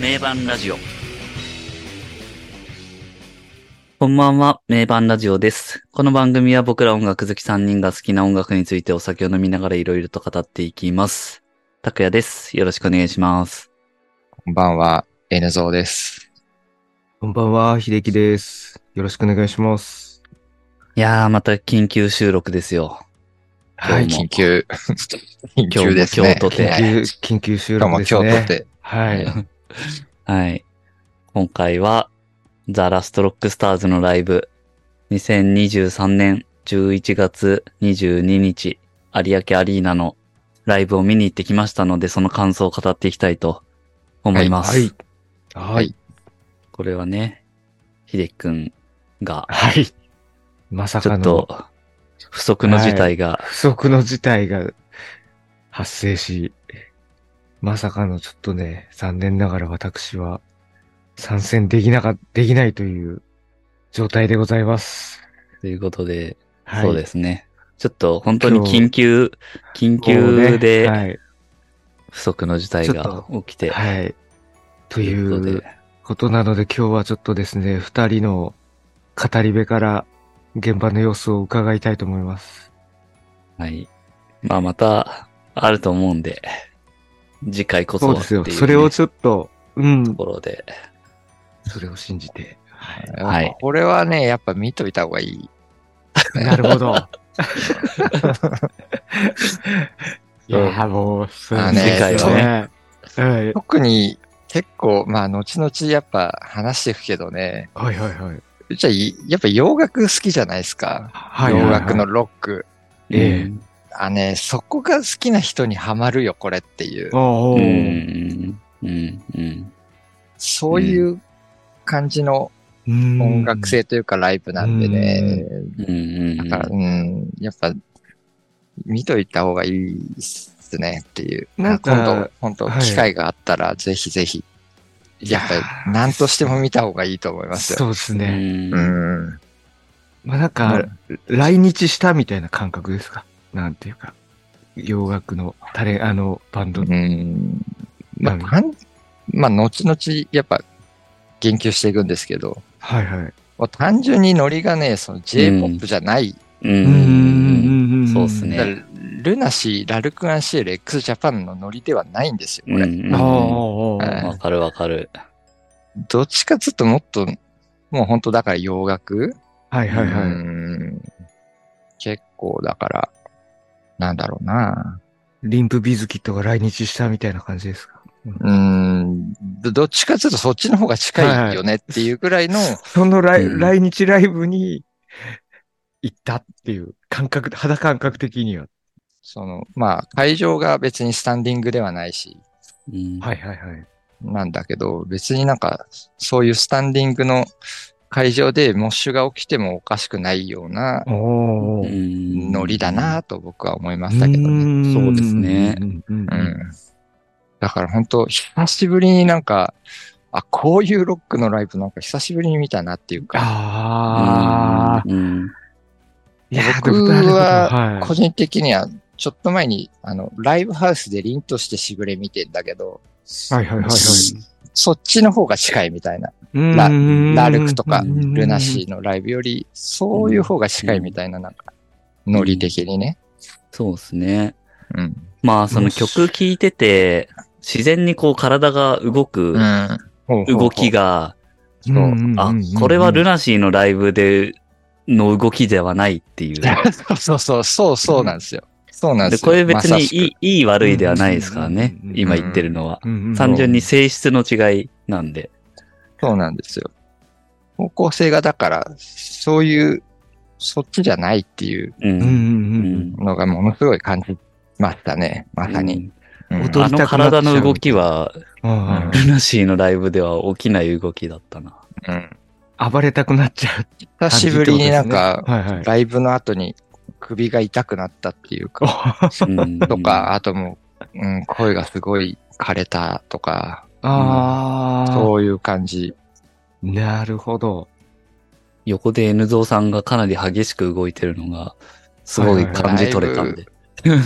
名盤ラジオ。こんばんは、名盤ラジオです。この番組は僕ら音楽好き3人が好きな音楽についてお酒を飲みながらいろいろと語っていきます。拓也です。よろしくお願いします。こんばんは、N ゾーです。こんばんは、秀樹です。よろしくお願いします。いやー、また緊急収録ですよ。はい、今日も 緊急。緊急ですね。今日も今日とては緊い急、緊急収今日録もで今日すとね。て。はい。はい。今回は、ザ・ラストロックスターズのライブ、2023年11月22日、有明アリーナのライブを見に行ってきましたので、その感想を語っていきたいと思います。はい。はい。これはね、ひでくんが、はい。まさちょかっのと、不足の事態が、不測の事態が発生し、まさかのちょっとね、残念ながら私は参戦できなか、できないという状態でございます。ということで、はい。。そうですすね。ちょっと本当に今緊日急、緊急ではい。不足の事態ちょがっ起きて、はい。とといいうことうで、ことなので今日はちょっとですね、二人の語り部から現場の様子を伺いたいと思います。はい。まあまた、あると思うんで、次回こそそはうでっすていうよ。ね、それをとちょっと、うん。ころで、それを信じて。はい。はいこれはね、やっぱ見といた方がいい。なるほど。いやー、もう、そうあでのすね次回はね。はい。特に結構、まあ、後々やっぱ話していくけどね、はいはいはい。うちはいやっぱ洋楽好きじゃないですか。はい。洋楽の。ロック。ええあ、ね、そこが好きな人にはまるよ、これっていう。おうん、うーおー。ん、うん、うん。そういう感じのうん音楽。性というかライブなんでね、うんうんだから、うん、やっぱ、見といた方がいいっすねっていう。なんか今度、本当はい機会があったら、ぜひぜひ、やっいやぱーり、何としても見た方がいいと思いますそよ。うですうね。んうん。まあなんか、来日したみたいな感覚ですかなんていうか、洋楽のタレ、あの、バンドう。ん。まあ、なんなんまあ、後々、やっぱ、言及していくんですけど、はいはい。もう単純にノリがね、その J-POP じゃない。うんうんううんんそうっすねだからルナシー、ラルクアンシエル、x ジャパンのノリではないんですよ、こうんれ。うんああ、はいわかるわかる。どっちかっつうともっと、もう本当だから洋楽はいはいはうい。ん結構だから、なんだろうな。リンプビズキットが来日したみたいな感じですかうん、どどっちかっつうとそっちの方が近いよねっていうぐらいの、その来,、うん来日ライブに 行ったっていう感覚、肌感覚的には。その、まあ会場が別にスタンディングではないし、うんはいはいはい。なんだけど、別になんかそういうスタンディングの会場でモッシュが起きてもおかしくないようなおうー。んノリだなと僕は思いましたけどね。そうですねうんうんうんうんだから本当、久しぶりになんか、あ、こういうロックのライブなんか久しぶりに見たなっていうか、ああ。うんいやー、僕でも誰だろう個はい、人的にはちょっと前に、あの、ライブハウスで凛としてしぐれ見てんだけど、はいはいはいはい。そっちの方が近いみたいな。ララルクとか、ルナシーのライブより、そういう方が近いみたいな、なんか、ノリ的にね。そうですね。うん。まあ、その曲聴いてて、自然にこう体が動くうん動きが。が、ーのあ、これはルナナシーのライブでの動きではないって いう。そうそう、そうそうなんですよ。そうなんでですよ。これ別まにさしくいい、いい悪いではないですからねうんうんう。ん今言ってるのは。ー単純に性質の違いなんで。そうなんですよ。方向性がだから、そういう、そっちじゃないっていうう。うんうんんうんのがものすごい感じましたね。まさに。うん音あの体の動きは、うんうんルナシーのライブでは起きない動きだったな。うん暴れたくなっちゃうって久感じしってぶことですりね。になんか、はいはい。ライブの後に首が痛くなったっていうか、うんとか、、あともう、うん、声がすごい枯れたとか、ああ、そういう感じ。なるほど。横で N ゾウさんがかなり激しく動いてるのが、すごい感じ取れたんで。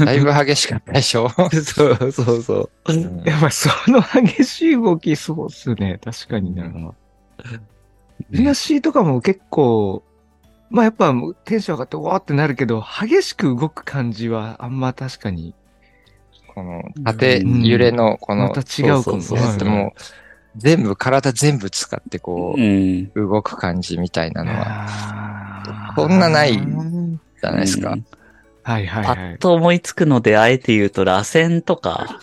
だいぶ激しかったでし ょそうそうそう。うんやっぱその激しい動き、そうっすね。確かにな。リアシーとかも結構、まあやっぱもうテンション上がってわーってなるけど、激しく動く感じはあんま確かに。この縦揺れのこのまた違うかも。そやつはいはいもう全部体全部使ってこうん。う動く感じみたいなのはあーそんなないはじゃないですかうん。いはいパはッい。と思いつくので、あえて言うと、螺旋とか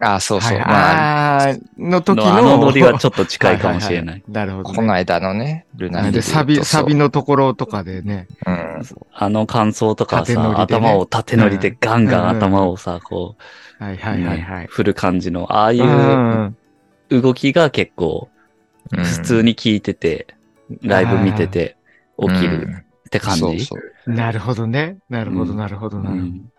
ああ、そうそう。はいまあ、あーの時のの。あのノリはちょっと近いかもしれない。はははなるほどこね。の間のね、ルナで、サビ、サビのところとかでね。うん。あの感想とか縦乗りさ、でね頭を縦乗りでガンガン頭をさ、こ、はいうはいはいはいね。振る感じの、ああいううん動きが結構、うん普通に聞いてて、ライブ見てて、起きるって感うんじ。そうそうなるほどね。なるほど、うんなるほど、うなるほど。ん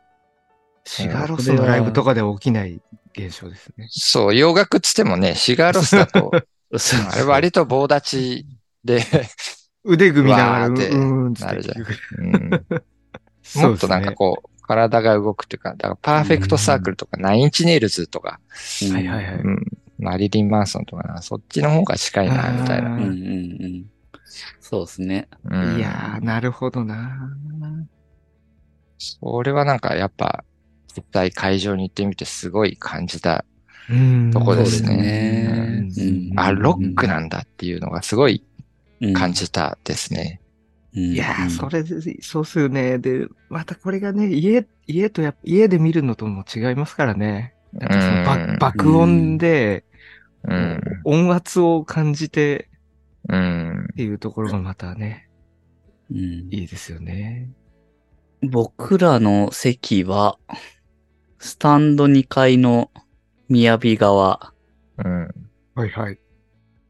シガーロスのライブとかで起きない現象ですね。そう、洋楽つってもね、シガーロスだと、そうあれ割と棒立ちで、腕組みながら、ううわーってーんつなってるじゃん聞くうんそうもでっとすなんねかこう、体が動くというか、だからパーフェクトサークルとか、ナインチネイルズとか、うんはいはいはい。うん、マリリン・マンソンとかな、そっちの方が近いな、みたいな。うんうんうん。そうですね。うんいやー、なるほどなそれはなんかやっぱ、実際会場に行ってみてすごい感じた。ー。うんとこですねそうですねうんあ、ロックな。なんだっていうのがすごいうん感。じたですね。いいやー、それで、そうっすよね。で、またこれがね、家、家とやっぱ、家で見るのとも違いますからね。やっぱそのばうん爆音で、うん。音圧を感じてうん。っていうところがまたね、いいですよね。僕らの席は、スタンド2階の雅側、うん。はいはい。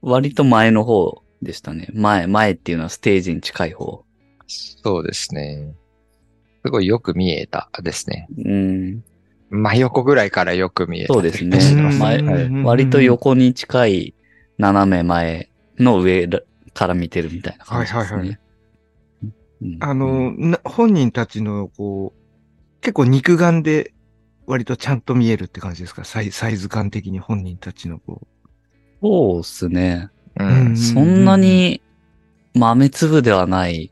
割と前の方でしたね。前、前っていうのはステージに近い方。そうですね。すごいよく見えたですね。うん。真横ぐらいからよく見えた。そうですねしてます前はい割と横に近い斜め前の上らから見てるみたいな感じですね。はいはいはうんあの、、な本人たちの、こう、結構肉眼で割とちゃんと見えるって感じですかサイサイズ感的に本人たちの、こそうですね。うう。ん。そんな、に豆粒ではない。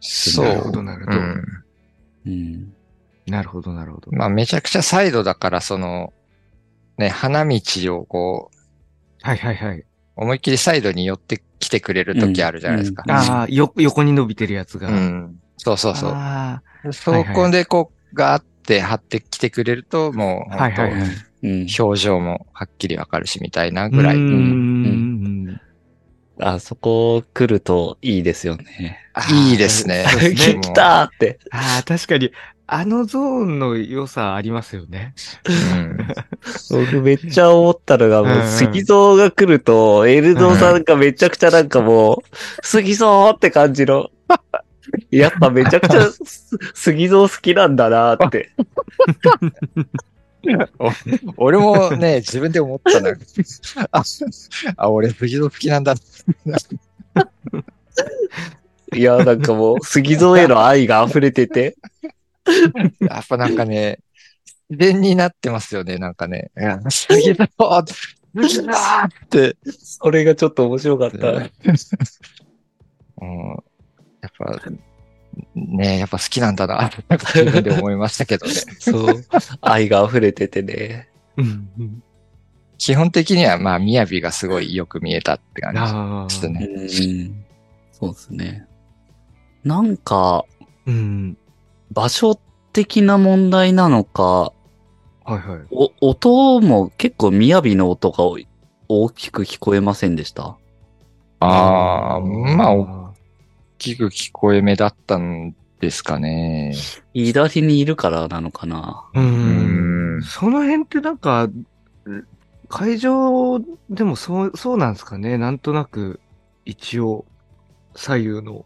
そなるほう。ど、なるほうど。ん。うん。なるほど、なるほど。まあめちゃくちゃサイドだから、その、ね、花道をこう、はいはいはい。思いっきりサイドに寄ってきてくれる時あるじゃないですか。うんうんああ、よ、横に伸びてるやつが。うん。そうそうそう。あそこでこう、ガーって張ってきてくれると、もう、はいはい本うん。当表情もはっきりわかるし、みたいなあ。ぐらい。うーうんん。あそこ来るといいですよね。いいですね。 そうですね来たーって。ああ、確かに、あのゾーンの良さありますよね。うん僕めっちゃ思ったのが、もうんうう、ん杉蔵が来ると、エルゾーさんがめちゃくちゃなんかもう、杉蔵って感じの。やっぱめちゃくちゃす杉蔵好きなんだなーって。俺もね、自分で思ったな。 あ、あ俺、藤の好きなんだ。いや、なんかもう、杉蔵への愛が溢れてて。やっぱなんかね、自然になってますよね、なんかね。いや杉だ杉だって。それがちょっと面白かった。うん、やっぱ、ねやっぱ好きなんだな、なんか自分で思いましたけどね。そう。愛が溢れててね。うん。基本的には、まあ、みやびがすごいよく見えたって感じああ。ですね。うん。そうですね。なんか、うん。場所的な問題なのか、はいはい。お、音も結構雅の音がおい大きく聞こえませんでした。ああ、まあ、大あ、きく聞こえ目だったんですかね。左にいるからなのかな。う。うんん。その辺ってなんか、会場でもそう、そうなんですかね。なんとなく、一応、左右の。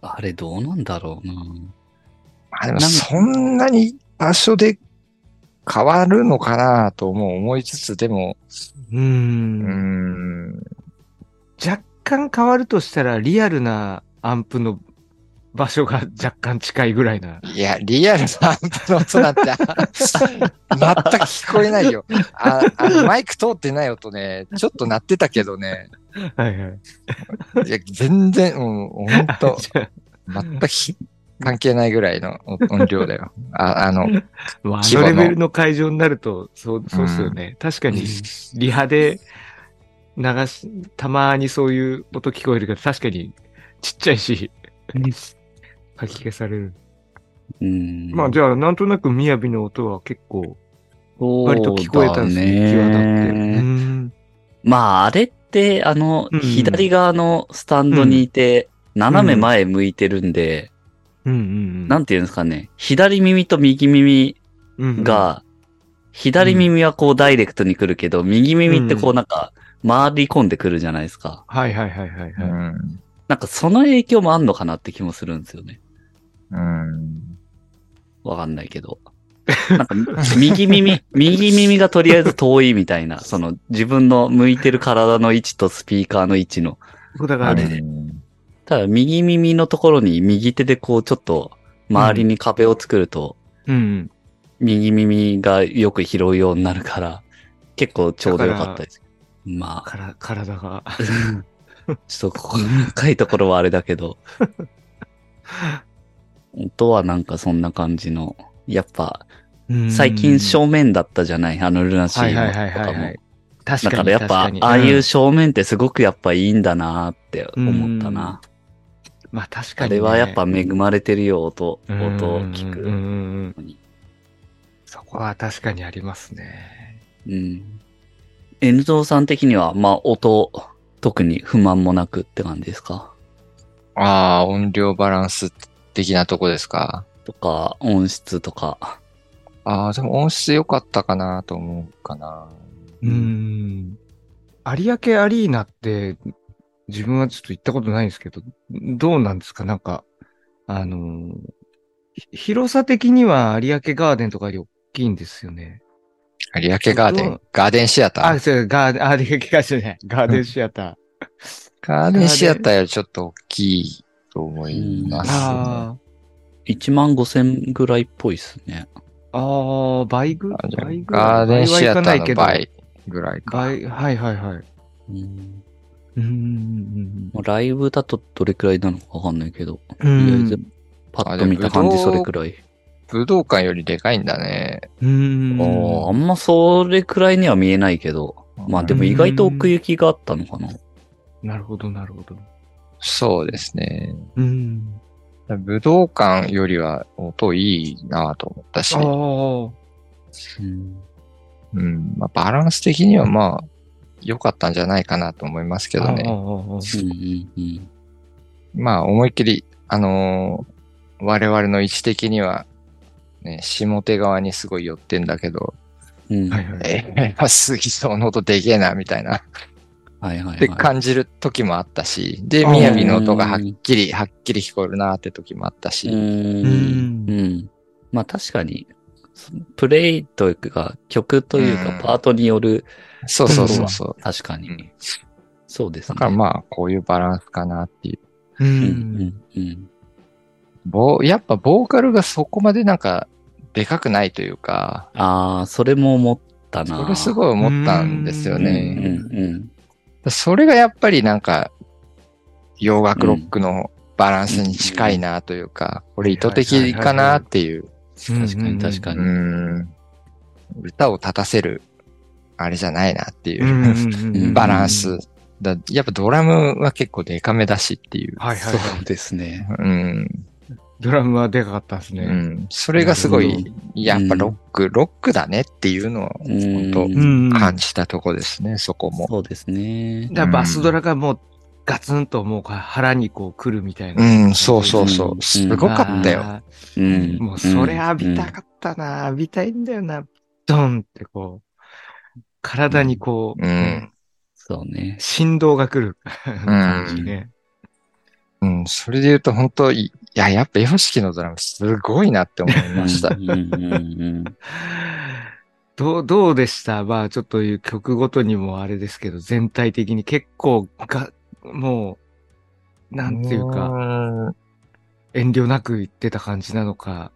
あれどうなんだろうな。まあ、でも、そんなに場所で変わるのかなとも思いつつ、でも、う。うんん。若干変わるとしたら、リアルなアンプの場所が若干近いぐらいな。いや、リアルなアンプの音なんて、あ 全く聞こえないよ。あ、あのマイク通ってない音ね、ちょっと鳴ってたけどね、はい はい。いや、全然、うん、ほんと、じゃ全くひ関係ないぐらいの音量だよ。あ、あの、あまあ、あ規模ののレベルの会場になると、そう、そうっすよね。確かに、リハで流し、たまにそういう音聞こえるけど、確かにちっちゃいし、かき消される。うん。 まあ、じゃあ、なんとなく雅の音は結構、割割と聞こえたんですね、際立って。うんまあ、あれって、あのう、ん左側のスタンドにいて、斜め前向いてるんで、うんうんなんていうんですかね、左耳と右耳うん、が、左耳はこうダイレクトに来るけど、右耳ってこうなんか、回り込んでくるじゃないですか。はいはいはいはい、うはいん、なんかその影響もあんのかなって気もするんですよね。うん。わかんないけど。なんか、右耳、右耳がとりあえず遠いみたいな、その自分の向いてる体の位置とスピーカーの位置の。そうだからああれれ、うんただ右耳のところに右手でこうちょっと周りに壁を作ると、うん。右耳がよく拾うようになるから、結構ちょうどよかったです。まあ、から、体が。 ちょっとここ深いところはあれだけど。音はなんかそんな感じの、やっぱ最近ョ正面だったじゃない、あのルナシはいはいーはいのとはかいもはい。。確だかかに。らやっぱ、確かにああいううん正面ってすごくやっぱいいんだなーって思ったな。まあ確かあにね。れはやっぱ恵まれてるよ、音、音うんを聞くうんうんのうんに。そこは確かにありますね。うん。N ゾーさん的には、まあ音、特に不満もなくって感じですかああ、音量バランス的なとこですか。とか、音質とか。ああ、でも音質良かったかなと思うかな。うんん。有明アリーナって、自分はちょっと行ったことないんですけど、どうなんですかなんか、あのーひ広さ的には有明ガーデンとかより大きいんですよね。有明ガーデンうん、ガーデンシアタあ、ー。そう、ガーデン、あ、有明ガーデンじゃない。ガーデンシアター。ガーデンシアターよりちょっと大きいと思います、ね。あ1万5千ぐらいっぽいっすね。あ、ああ、倍ぐあじゃあ倍ぐガーデンシアターの倍倍ぐらいか。はいかないけど倍、はいはいはい。うん。うんうんまあライブだとどれくらいなのかわかんないけど、うんうとりあん。えずパッと見た感じあでもそれくらい。武道館よりでかいんだね。うん。あーあんまそれくらいには見えないけど、まあでも意外と奥行きがあったのかな。なるほど、なるほど。そうですね。うん。武道館よりは音いいなと思ったし、あうんうんまあ、バランス的にはまあ、良かったんじゃないかなと思いますけどあ。ね。うんうんうんまあ、思いっきり、あのー我々の位置的には、ね、下手側にすごい寄ってんだけど、 うんははいいはい。えー、まあ杉沢の音でけえな、みたいな。はいはい。って感じる時もあったし、で、あーみやびの音がはっきり、はっきり聞こえるなって時もあったし、うーん。うん。まあ確かに、そのプレイというか、曲といううかん、パートによる、そうそうそうそう。確かうにん。そうですだね。からまあ、こういうバランスかなっていう。うう。んんうんうん。ボーやっぱボーカルがそこまでなんか、でかくないというか、ああ、それも思ったな。それすごい思ったんですようんね。うんうん。それがやっぱりなんか、洋楽ロックのバランスに近いなというか、これ意図的かなっていう。確かに確かうに。ん。歌を立たせる、あれじゃないなっていう。うん バランス。。だやっぱドラムは結構デカめだしっていう。はいはいはそい。うですね。うん。ドラムはでかかったですうね。ん。それがすごなるい、やっぱロック、ロックだねっていうのをうん本当感じたとこですね、そこも。そうですね。だバスドラがもうガツンともう腹にこう来るみたいうな。ん、そうそうそうう。んすごかったよ。よ。うん。もうそれ浴びうたんかったな、浴びたいんだよな。ドンってこう、体にこう、うんそうね。振動が来る感じね。うん、それで言うと本当いや、やっぱ YOSHIKI のドラムすごいなって思いました う。んうんうん どう、どうでしたまあちょっという曲ごとにもあれですけど、全体的に結構が、もう、なんていうか、か。遠慮なく言ってた感じなのか。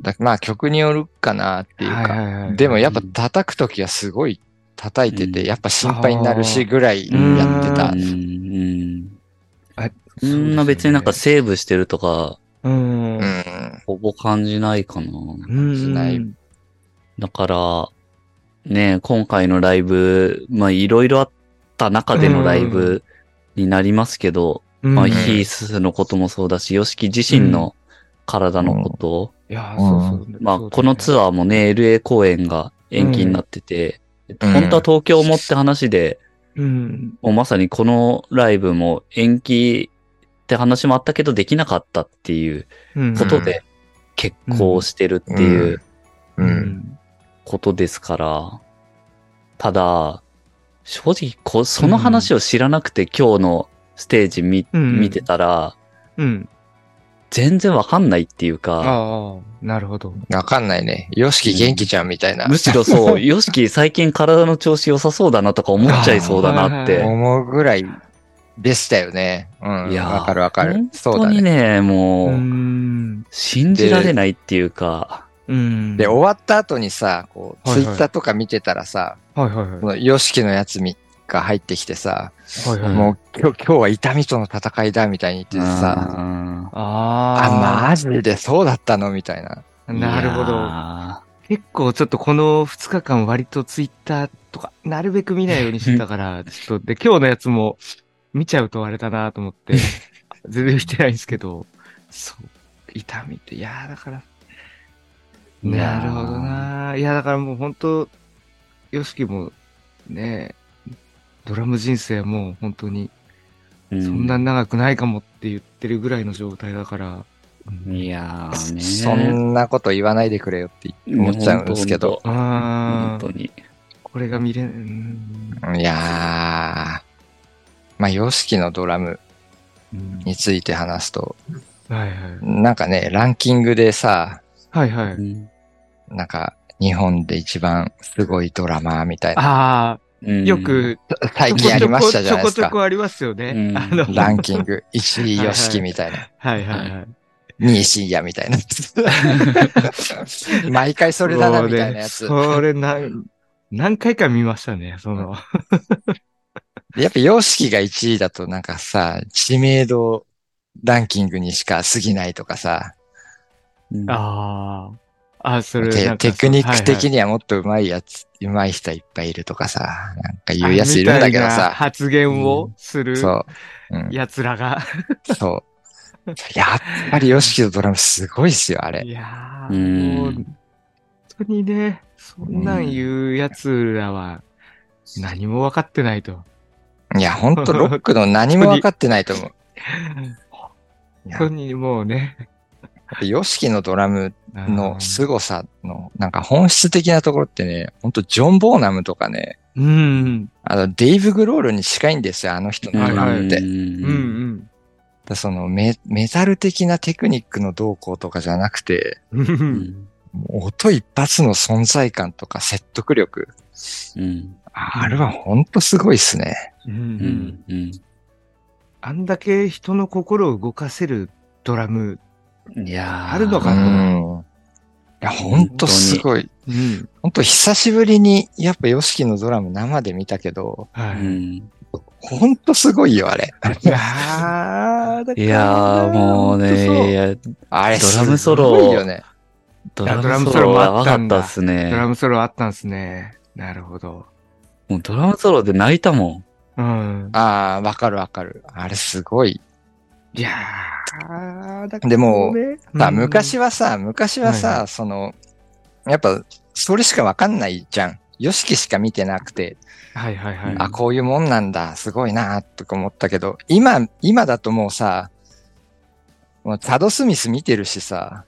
だまあ曲によるかなっていうはか。いはいはいでもやっぱ叩くときはすごい叩いてうて、んやっぱ心配になるしぐらいやってたう。ん。あそんな別になんか、セーブしてるとか、うん。ううんん。ほぼ感じないかな。しないうんだから、ねえ、今回のライブ、まあいろいろあった中でのライブになりますけど、うんまあいヒースのこともそうだし、ヨシキ自身の体のこと、やー、そうそう。まあこのアーツアーもね、LA 公演が延期になってて、本当は東京もって話で、うん。もうまさにこのライブも延期って話もあったけどできなかったっていううんことで結婚してるっていうう。うんん。ことですから、ただ、正直こ、その話を知らなくて今日のステージ見,、うん見てたら、うん。全然わかんないっていうか、ああ、なるほど。わかんないね。よしき元気ちゃんみたいな。むしろそう、ヨシキ最近体の調子良さそうだなとか思っちゃいそうだなっあーはいはて。思うぐらいでしたよね。うん。いやーわかるわかる本。そう当だにね。ね、もう、ん。信じられないっていうか、うん。で、はい終わった後にさ、こう、はツいイはいッターとか見てたらさ、はいはい。この YOSHIKI のやつみが入ってきてさ、はいはい。もう今日今日は痛みとの戦いだみたいに言っててさ、うんあ、あマジでそうだったのみたいな。あ、なるほど。結構ちょっとこの2日間割とツイッターとか、なるべく見ないようにしてたから、ちょっと、で、今日のやつも見ちゃうとあれだなと思って、全然見てないんですけど、そう、痛みって、いやーだから、いやーなるほどなーいやだからもう本当、ヨシキもね、ドラム人生もう本当に、そそんな長くないかもって言ってるぐらいの状態だから、うんいやーねそんなこと言わないでくれよって思っちゃうんですけど。あ本ー当、にこれが見れ、うん、いやー。まあ、YOSHIKI のドラムうんについて話すと、はいはい。なんかね、ランキングでさ、はいは本当い。になんか、日本で一番すごいドラマーみたいな、あうんあ、よく、最近ありましたじゃないですちょこちょこちょか。こありますよね。うんあの、ランキング、1位 YOSHIKI みたいな。はいはいはい。 2位深夜みたいな。 毎回それだな、みたいなやつ。そうねそれなん、何回か見ましたね、その。やっぱ、様式が1位だとなんかさ、知名度ランキングにしか過ぎないとかさ、うんああ。あ、それテなんかテクニックはいは的いにはもっと上手いやつ、上手い人いっぱいいるとかさ、なんか言うやついるんだけどみたいなさ、発言をするそう、うん、奴らが。そう。やっぱり様式のドラムすごいっすよ、あれ。いやうー、んもう、本当にね、そんなん言う奴らは何も分かってないと。いや、ほんとロックの何も分かってないと 思う。いや本当にもうね。様式のドラムあーの凄さの、なんか本質的なところってね、ほんとジョン・ボーナムとかね、うん。あの、デイブ・グロールに近いんですよ、あの人のドラムって。うだかうんんうん。らそのメ、メタル的なテクニックの動向とかじゃなくて、ううんんもう音一発の存在感とか説得力。うんああれはほんとすごいっすね。ううんんうんあんだけ人の心を動かせるドラム。いやーあるのうかん。いや、ほんとすごい。うん。ほんと久しぶりに、やっぱ YOSHIKI のドラム生で見たけど、はうい。んほんとすごいよ、あれ。いやー、いやーもうねいやあれドラムソロすごいよね。ドやドララムムソソロロもはあわっかたっんただっすドラねムソロあったんですね。なるほど。もうドラムソロで泣いたもうん。ああ、わかるわかる。あれすごい。いやー、だでもねさ、うん昔はさ、昔はさ、はいはその、やっぱ、それしかわかんないじゃん。ヨシキしか見てなくて、はいはいはい。あ、こういうもんなんだ、すごいな、とか思ったけど、今、今だともうさ、もうタド・スミス見てるしさ、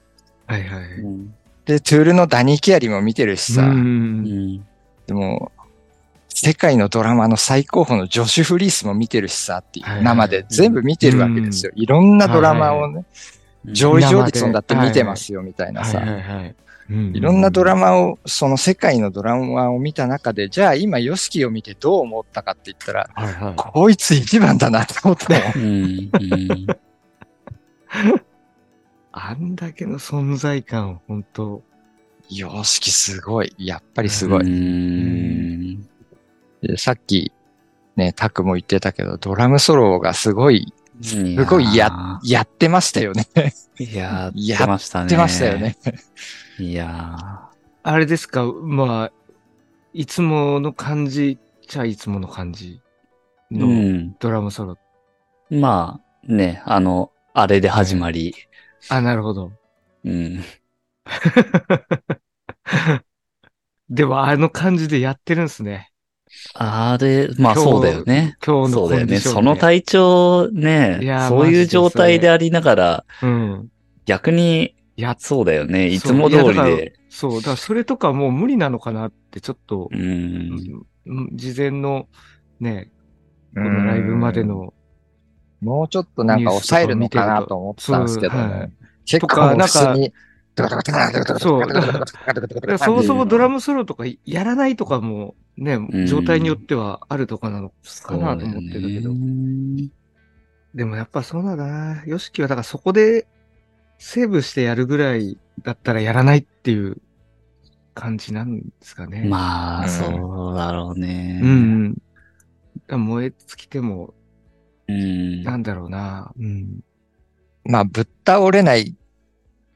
はいはい。んうんで、トゥールのダニー・ケアリも見てるしさ、うん。でも、世界のドラマの最高峰のジョシュ・フリースも見てるしさっていはいはうい生で全部見てるわけですよ。いろんなドラマをね、うん上位上率だって見てますよみたいなはいさ、はいはい。うんいろんなドラマを、その世界のドラマを見た中で、じゃあ今、ヨシキを見てどう思ったかって言ったら、はいはい。こいつ一番だなって思ったよ。うんうんあんだけの存在感、本当様式すごい。やっぱりすうごーい。ん。でさっき、ね、タクも言ってたけど、ドラムソロがすごい、すごいややってましたよね。やいやー、ややってましたね。ってましたよね。。いやあれですか、まあ、いつもの感じちゃいつもの感じー。うのん。ドラムソロ。まあ、ね、あの、あれで始まり。あ、なるほど。うん。でもあの感じでやってるんすね。あれ、まあ今日そうだよね。今日のそうだよね。そのタ体イ調いねや、ーそうマジいでう状態でありながら、プ。うん。逆に、やっそうだよね。いつそうもいや通りだからで。そう、だからそれとかもう無理なのかなって、ちょっとう、ん。うん事前のね、ここのライブまで。の、もうちょっとなんか抑えるのかなと思ってたんですけどそうはねい。結とか構な普んか通に、ドカドカドカドカドカドカドカドカドカドカドカドカドカドカだドからカそもそもドラム。ムソロとかやらないとかもね、ん状態によってはあるとかなのそかうだなよねと思ってるけど。でもやっぱそうなんだな。ヨシキはだからそこでセーブしてやるぐらいだったらやらないっていう感じなんですかね。まうあ、んそうだろうね。うんうん。だから燃え尽きても、うん。なんだろうな。うん。まあ、ぶっ倒れない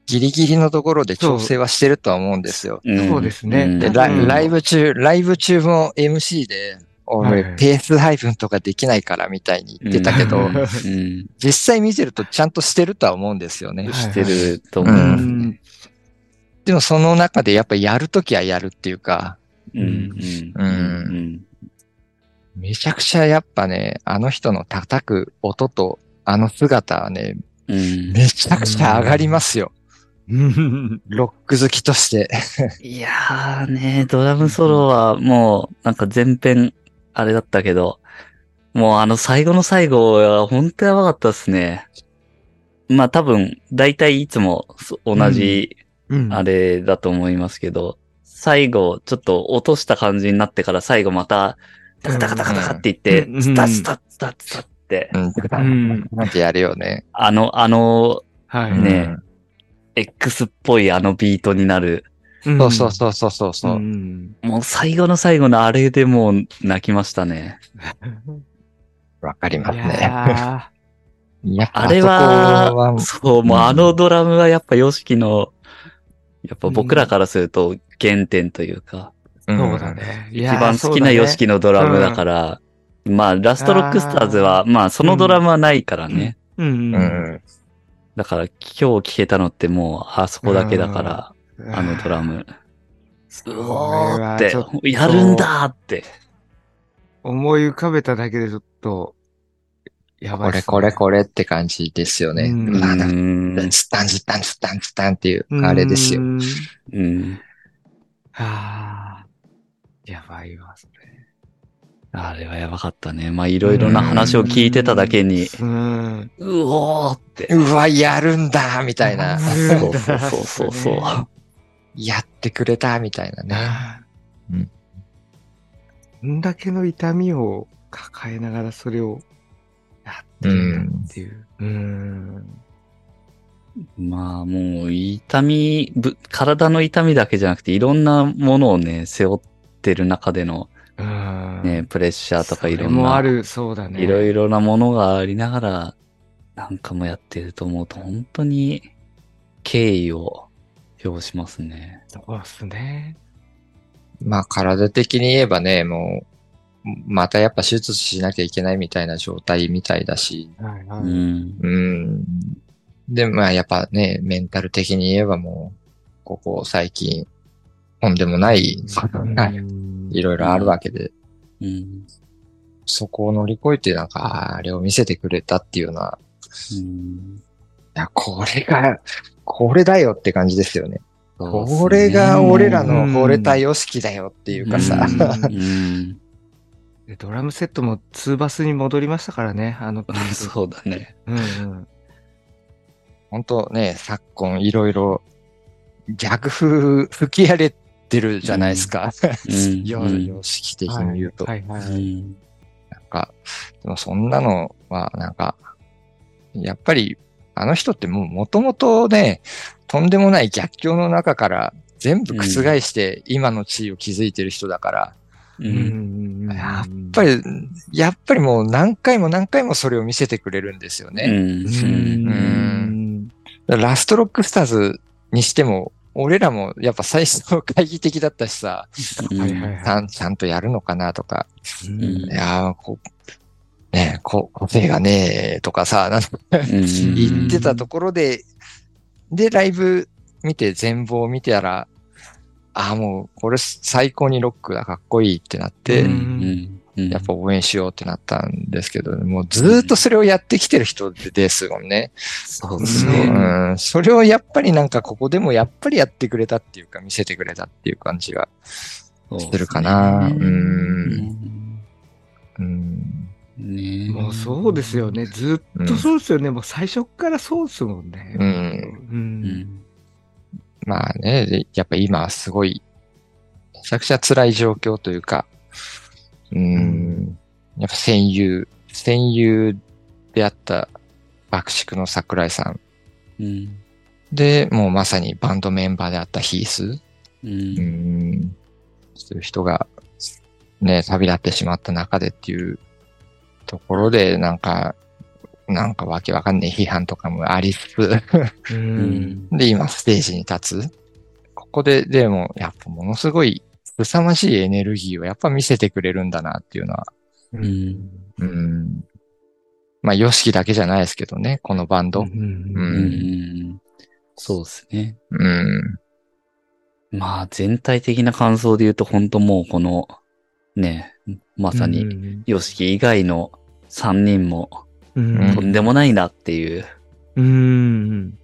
ギリギリのところで調整はしてるとは思うんですよ。んそうですねんで、うんラうんライブ中、ライブ中も MC で、はい俺、はいペース配分とかできないからみたいに言ってたけど、うんうん実際見てるとちゃんとしてるとは思うんですよね。してると思ううね。ん。でもその中でやっぱやるときはやるっていうか、うんうんうんめちゃくちゃやっぱね、あの人の叩く音と、あの姿はね、うんうんめちゃくちゃ上がりますよ。うん。ロック好きとして。いやーね、ドラムソロはもう、なんか前編、あれだったけど、もうあの最後の最後は本当やばかったっすね。まあ多分、大体いつもそ同じうんあれだと思いますけど、最後、ちょっと落とした感じになってから最後また、タカタカタカタカって言ってう、んツタツタツタツタって、 うん。んなんてやるよね。あの、あの、はい。ね X っぽいあのビートになる、うん。そうそううそうそうそうそう。ん。もう最後の最後のあれでもう泣きましたね。わかりまいすね。ややっぱあれあそこは、そう、もううんあのドラムはやっぱ YOSHIKI の、やっぱ僕らからすると原点というか、ーんそうだね。一一番好きな YOSHIKI のドラムだから、まあラストロックスターズは、まあそのドラムはないからね。うんう。ん。だから今日聞けたのってもうあそこだけだから、あのドラム。すごーっこれはちょって、やるんだーって。思い浮かべただけでちょっと、やこばいっすれね。これこれって感じですよね。うんうまだーんツッタンツッタンツッタンツッタンっていう、あれですよう。ん。うん。はあ。やばいわ、それ。あれはやばかったね。まあいろいろな話を聞いてただけに、うん。うおーって。うわ、やるんだみたいな。うんそうそうそうそう。やってくれたみたいなね。なあ。うん。こんだけの痛みを抱えながらそれをやってるんだっていう。うん。 まあもう痛み、ぶ体の痛みだけじゃなくていろんなものをね、背負ってる中でのうん。ね、プレッシャーとかいろそれんもあな、る、そうだね。いろいろなものがありながら、なんかもやってると思うと本当に敬意を表しますね。そうっすね。まあ、体的に言えばね、もう、またやっぱ手術しなきゃいけないみたいな状態みたいだし。はいはうい。ん。うん。で、まあ、やっぱね、メンタル的に言えばもう、ここ最近、とんで もないことがうんいろいろあるわけで。うん。そこを乗り越えて、なんか、あれを見せてくれたっていうのは、うんいや、これが、これだよって感じですよね。そうっすねこれが俺らうのん惚れた様式だよっていうかさ、ううん。でドラムセットも2バスに戻りましたからね、あのう。そうだね。うんうん。 本当ね、昨今いろいろ逆風吹き荒れてるじゃないですか。うんようん 様式的に言うと。はいうはいはい。ん。なんか、でもそんなのは、なんか、やっぱりあの人ってもう元々ね、とんでもない逆境の中から全部覆して今の地位を築いてる人だから、う。うんんやっぱり、やっぱりもう何回も何回もそれを見せてくれるんですよね。うん。んラストロックスターズにしても、俺らもやっぱ最初の会議的だったしさ、うんはいはいちはゃんちゃんとやるのかなとか、い。んいやーこねえ、こ個性がねえとかさ、なんか言ってたところで、で、ライブ見て全貌を見てたら、ああ、もうこれ最高にロックだ、かっこいいってなって、うんうんやっぱ応援しようってなったんですけど、もうずーっとそれをやってきてる人ですもんね。そうでですすねね。うん、それをやっぱりなんかここでもやっぱりやってくれたっていうか見せてくれたっていう感じがするかな。うそうですねんうんねもうそうですよね。。ずっとそうですよね。もう最初からそうですもんうね。ん、うう。んん。まあね、でやっぱ今すごい、めちゃくちゃ辛い状況というか、うん、やっぱ戦友、戦友であった爆竹の桜井さん。うん。で、もうまさにバンドメンバーであったヒース。う。うんん、そういう人が、ね、旅立ってしまった中でっていうところで、なんか、なんかわけわかんない批判とかもありつつ、う。うんん。で、今ステージに立つ。ここで、でも、やっぱものすごい凄まじいエネルギーをやっぱ見せてくれるんだなっていうのは、ううん。うん。まあ、ヨシキだけじゃないですけどね、このバンド。うんううんん。そうですね。うん。まあ全体的な感想で言うと本当もうこの、ね、まさに、に。ヨシキ以外の3人もうとんでもないなっていう、うん。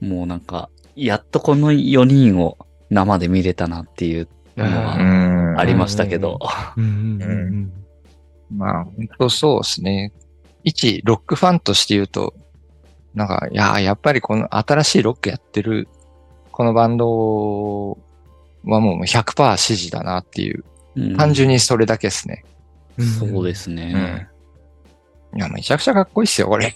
もうなんか、やっとこの4人を生で見れたなっていう、うあん。ありましたけど。うん。まあ、本当そうですね。一、ロックファンとして言うと、なんか、いやー、やっぱりこの新しいロックやってる、このバンドはもう100%支持だなっていう、 うん単純にそれだけですね。そうですね。いや、めちゃくちゃかっこいいっすよ、これ。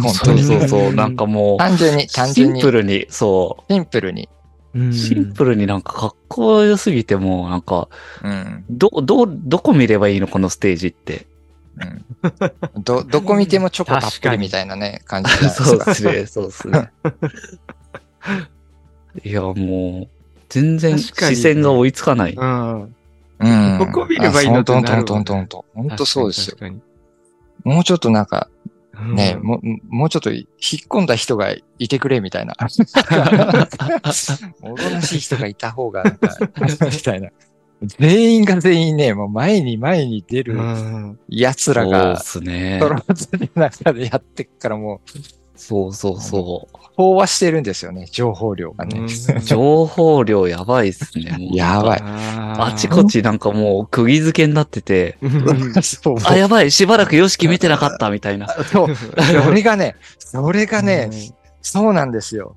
本そ当うに。そうそう、なんかもう、単純に、単シン純に、プルに、そシンプルに。う、すシンプルになんかかっこよすぎてもうなんか、うん。ど、ど、どこ見ればいいのこのステージって。ど、どこ見てもチョコたっぷりみたいなね、感じじゃないでそすうか。ですね、 そうですね。いや、もう、全然確かに視線が追いつかない。うん。うん。どこ見ればいいのってトンなトるントンもんねトントン。本当そうですよ。確かに。もうちょっとなんか、確かにねえ、もう、もうちょっと引っ込んだ人がいてくれ、みたい な。おとなしい人がいた方がなんか、みたいな。全員が全員ね、もう前に前に出うるん。奴らそうでが、すねト。ローズの中でやってっからもう、そうそうそ飽和してるんですよね、情報量が ね。う。情報量やばいっす ね。もうやばい。ああちこちなんかもう釘付けになってて、そう。あ、やばい、しばらくヨシキ見てなかったみたいな。そう。それがね、それがね、そうなんですよ。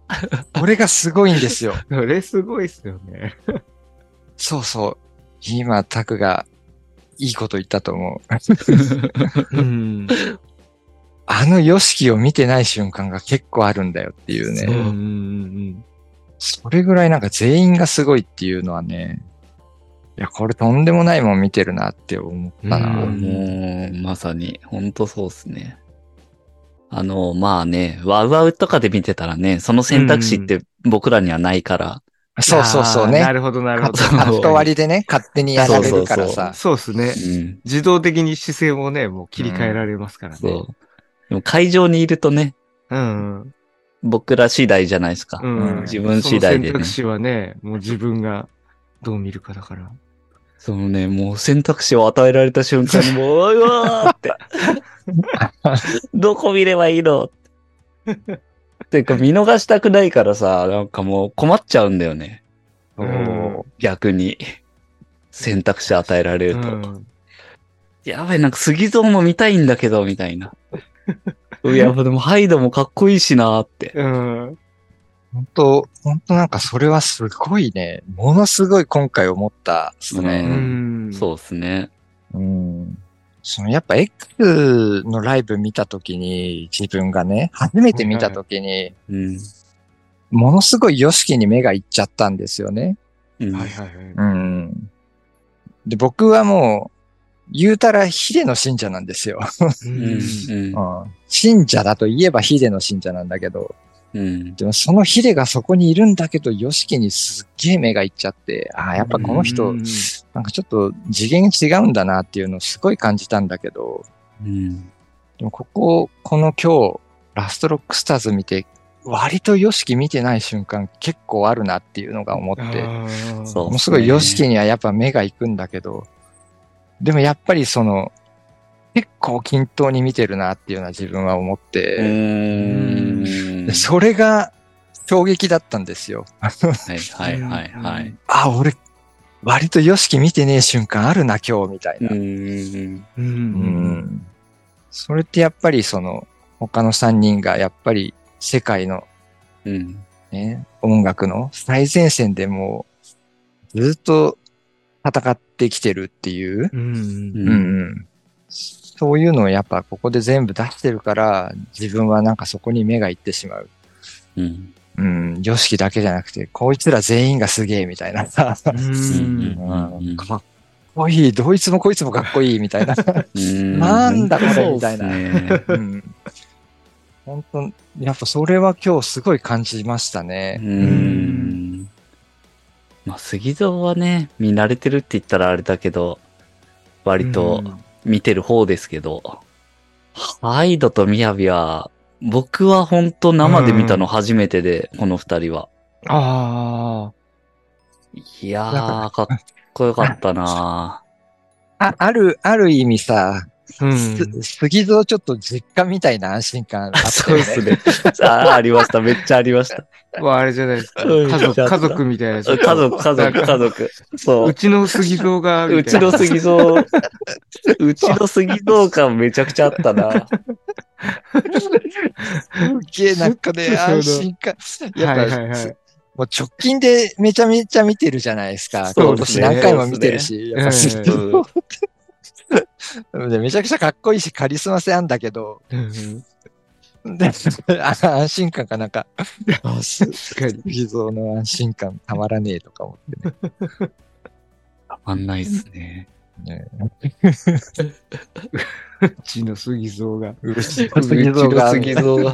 これがすごいんですよ。それすごいっすよね。そうそう。今、タクが、いいこと言ったと思う。うん。あの YOSHIKI を見てない瞬間が結構あるんだよっていううね。ん。それぐらいなんか全員がすごいっていうのはね、いや、これとんでもないもん見てるなって思ったうな。んもう、まさに、ほんとそうっすね。あの、まあね、ワウワウとかで見てたらね、その選択肢って僕らにはないから、そうそうそうねな。るほど、なるほど。カカッット割りでね、勝手にやられるかそらうそうさ。そうですね。うん、自動的に姿勢もね、もう切り替えられますからそね。う。でも会場にいるとね、うん。僕ら次第じゃないですか。うん。自分次第でねその選択肢はね、もう自分がどう見るかだから。そのね、もう選択肢を与えられた瞬間にもう、うわーって。 どこ見ればいいのっていうか見逃したくないからさ、なんかもう困っちゃうんだよね。うん逆に。選択肢与えられると。うんやばい、なんか杉蔵も見たいんだけど、みたいな。いや、でもハイドもかっこいいしなーって。うん。本当本当なんかそれはすごいね、ものすごい今回思ったっすうね。んんそうですね。うん。そのやっぱ X のライブ見たときに、自分がね、初めて見たときに、うん。ものすごい YOSHIKI に目がいっちゃったんですよね。うん。はいはいはい。うん。で、僕はもう、言うたらヒデの信者なんですよ。うん。うん信者だと言えばヒデの信者なんだけど、うん。でもそのヒデがそこにいるんだけど、ヨシキにすっげえ目がいっちゃって、ああ、やっぱこの人、なんかちょっと次元違うんだなっていうのをすごい感じたんだけど、うん。でもここ、この今日、ラストロックスターズ見て、割とヨシキ見てない瞬間結構あるなっていうのが思って、そうものすごいヨシキにはやっぱ目が行くんだけど、でもやっぱりその、結構均等に見てるなっていうのは自分は思って、うん。でそれが衝撃だったんですよ。はいはいはいはい。あ、俺、割とヨシキ見てねえ瞬間あるな、今日、みたいな。うん。う。うんんそれってやっぱりその、他の3人がやっぱり世界のうん。ね、音楽の最前線でもう、ずっと戦ってきてるっていう、うん。うんうんそういうのをやっぱここで全部出してるから、自分はなんかそこに目がいってしまう。うん。うん、ヨシキだけじゃなくて、こいつら全員がすげえみたいなさ。んうんかっこいい、どいつもこいつもかっこいいみたいな。うん。なんだこれみたいなな。うん本当、やっぱそれは今日すごい感じましたうね。ん。まあ、杉蔵はね、見慣れてるって言ったらあれだけど、割と見てる方ですけど、ハイドとミヤビは、僕は本当生で見たの初めてで、この二人は。あいやー、かっこよかったなあ。あ、ある、ある意味さ、うん。す杉蔵ちょっと実家みたいな安心 感あったー。よ ね。そうですね。あーありました。めっちゃありました。はあれじゃないですか。うん 家ちょっ族、と家族みたいな。家族、家なん族、か家族。そうう。ちの杉蔵が、うみたちいなの杉蔵、うちの杉蔵感めちゃくちゃあったな。すっげえなんかね、安心感。やっぱ、はいはいはいすもう直近でめちゃめちゃ見てるじゃないですか。そう今です年ね何回も見てるし、やっぱ杉う蔵でめちゃくちゃかっこいいし、カリスマ性あんだけど、うんで、 あ安心感かなんか、す確か秘蔵の安心感たまらねえとか思ってねたまんないっすね。ね。に。うちの杉蔵が。うちの杉蔵がうちの杉蔵が。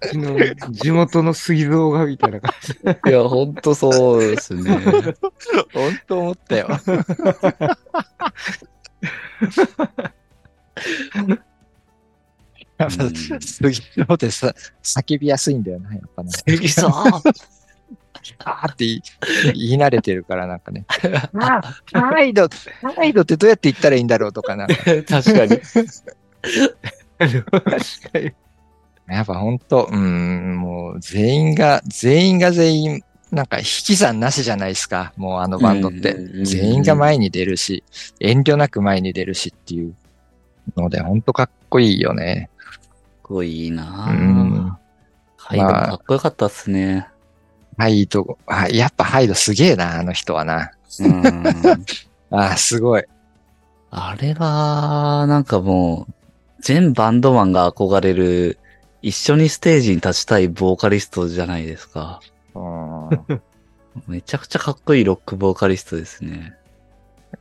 うちの地元の杉蔵がみたいな感じ。いや、ほんとそうですね。本当思ったよ。やっぱうん杉蔵ってさ、叫びやすいんだよな、やっぱね。杉蔵あーって言い言い慣れてるから、なんかね。あー態度、態度ってどうやって言ったらいいんだろうとかな。確かに。やっぱ本当、うん、もう全員が、全員が全員、なんか引き算なしじゃないですか、もうあのバンドって。うん全員が前に出るし、遠慮なく前に出るしっていうので、本当かっこいいよね。かっこいいなうんぁ。ハイドもかっこよかったっすね。ハイド、あやっぱハイドすげえな、あの人はな。うん。あーすごい。あれは、なんかもう、全バンドマンが憧れる、一緒にステージに立ちたいボーカリストじゃないですか。うん、やっめちゃくちゃかっこいいロックボーカリストですね。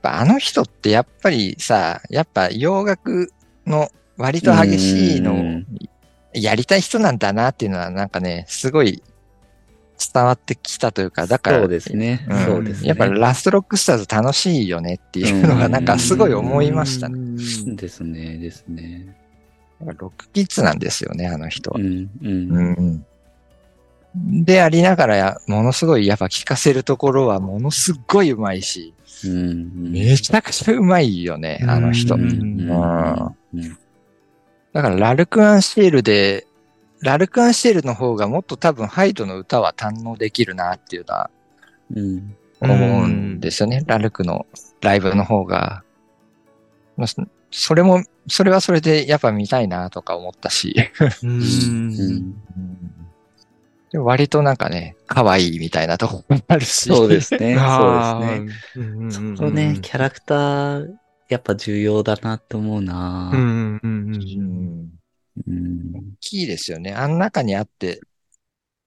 ぱあの人ってやっぱりさ、やっぱ洋楽の割と激しいのうをんやりたい人なんだなっていうのはなんかね、すごい伝わってきたというか、だから、そうですね。うんそうですね。やっぱラストロックスターズ楽しいよねっていうのがなんかすごい思いましたね。ね。ですね、ですね。やっぱロックキッズなんですよね、あの人はう。ん、う。うんんうんでありながらや、ものすごいやっぱ聞かせるところはものすごいうまいし、うん。めちゃくちゃうまいよね、あの人。ううんんうんだからラルクアンシェールで、ラルクアンシェールの方がもっと多分ハイドの歌は堪能できるなっていうのはうん。思うんですよね。ラルクのライブの方が。まあそそれも、それはそれでやっぱ見たいなとか思ったし。う。うんんでも割となんかね、可愛いみたいなとこもあるし。 そうですね。そうですね。ね。そのね、キャラクターやっぱ重要だなって思うなう、んうんううんんうん大きいですよね。あん中にあって、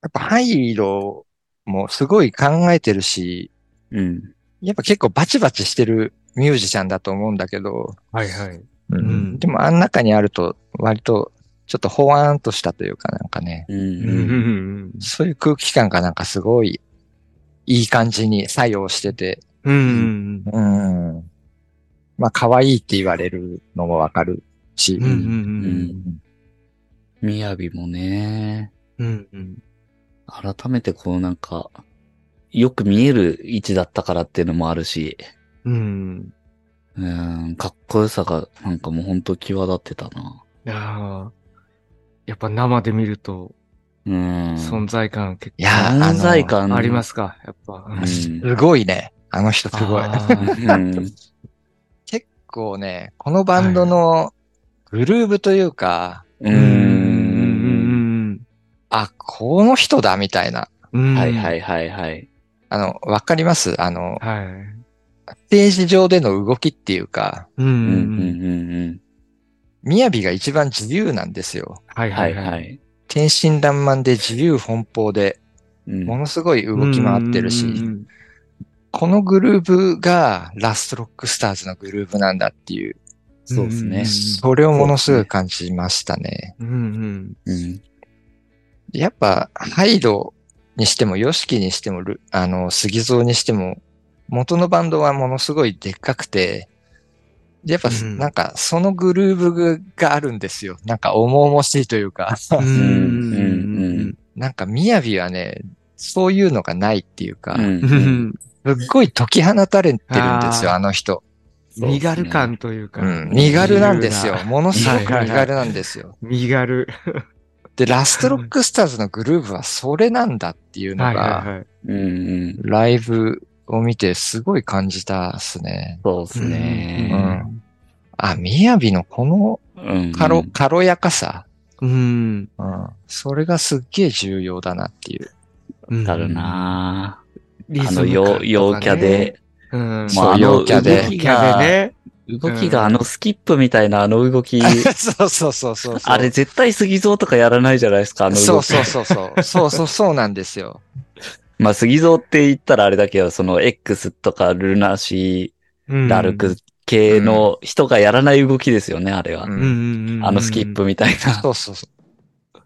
やっぱ灰色もすごい考えてるし、うん。やっぱ結構バチバチしてるミュージシャンだと思うんだけど、はいはい。うんでもあん中にあると割とちょっとほわーんとしたというかなんかね、ううんん。ううんうんん。うんそういう空気感がなんかすごいいい感じに作用してて、うんうんうん。まあ可愛いって言われるのもわかるし、うんうんうんみやびもね、うんうん改めてこうなんか、よく見える位置だったからっていうのもあるし、うんうん、かっこよさがなんかもうほんと際立ってたな。ああやっぱ生で見るとうん。存在感結いやー、あ存の在感。構ありますすか、やっぱ。うん。すごいね、あの人すごい。あーうん結構ね、このバンドのグルーブというか、 ううんん。んあ、この人だみたいな。うんうん。はいはいいはいはい。あの、わかりますあの、はい。ステージ上での動きっていうか、うんううんんううんんうんみやびが一番自由なんですよ。はいうん。ははいいは。はいい。天真爛漫で自由奔放で、うんものすごい動き回ってるうんうんうし、んこのグルーブがラストロックスターズのグルーブなんだっていう、そうですね。それをものすごい感じましたね。うんうん。やっぱ、ハイドにしても、ヨシキにしても、ルあの、杉蔵にしても、元のバンドはものすごいでっかくて、やっぱ、うんなんか、そのグルーブがあるんですよ。なんか、重々しいというか、うんうんうんなんか、みやびはね、そういうのがないっていうか、うんうんうんすっごい解き放たれてるんですよ、あーあの人。そうっすね 身軽感というかうん。身軽なんですよ。ものすごくはいはいはい身軽なんですよ。身軽で、ラストロックスターズのグルーブはそれなんだっていうのはいがは、いはいうんうん。ライブを見てすごい感じたっすね。そうですうね。ん。あ、みやびのこのうん軽、軽やかさ。うんうん。それがすっげえ重要だなっていう。うんだるなリぁ。あズの、ム感とよかう、陽ねキャで、うんまあ、あそうの陽キャで動キきャが、でね動きがあのスキップみたいなあの動き、 そうそうそうそうそう。あれ絶対杉蔵とかやらないじゃないですか、あの動き。そうそうそう そう。そうそうそうなんですよ。まあ、杉蔵って言ったらあれだけど、その X とかルナシー、ダルク系の人がやらない動きですよね、あれはう。うんんうんうんうんあのスキップみたいな。そうそうそう。